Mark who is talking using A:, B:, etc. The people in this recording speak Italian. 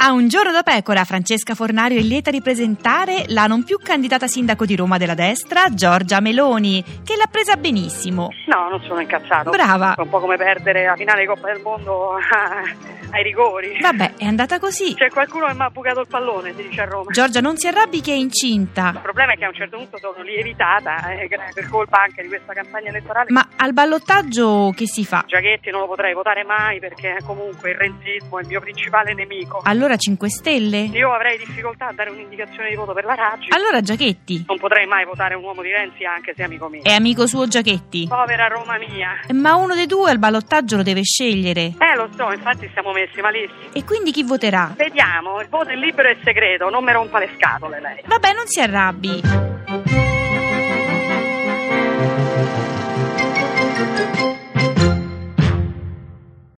A: A un giorno da pecora, Francesca Fornario è lieta di presentare la non più candidata sindaco di Roma della destra, Giorgia Meloni, che l'ha presa benissimo.
B: No, non sono incazzato.
A: Brava.
B: È un po' come perdere la finale di Coppa del Mondo ai rigori.
A: Vabbè, è andata così.
B: C'è qualcuno che mi ha bucato il pallone, si dice a Roma.
A: Giorgia non si arrabbi che è incinta.
B: Il problema è che a un certo punto sono lievitata eh, per colpa anche di questa campagna elettorale.
A: Ma al ballottaggio che si fa?
B: Giachetti non lo potrei votare mai perché comunque il renzismo è il mio principale nemico.
A: Allora 5 Stelle?
B: Io avrei difficoltà a dare un'indicazione di voto per la Raggi.
A: Allora Giachetti?
B: Non potrei mai votare un uomo di Renzi anche se è amico mio.
A: È amico suo Giachetti?
B: Povera Roma mia.
A: Ma uno dei due al ballottaggio lo deve scegliere.
B: Eh, lo so, infatti siamo messi malissimo.
A: E quindi chi voterà?
B: Vediamo, il voto è libero e segreto, non mi rompa le scatole lei.
A: Vabbè, non si arrabbi.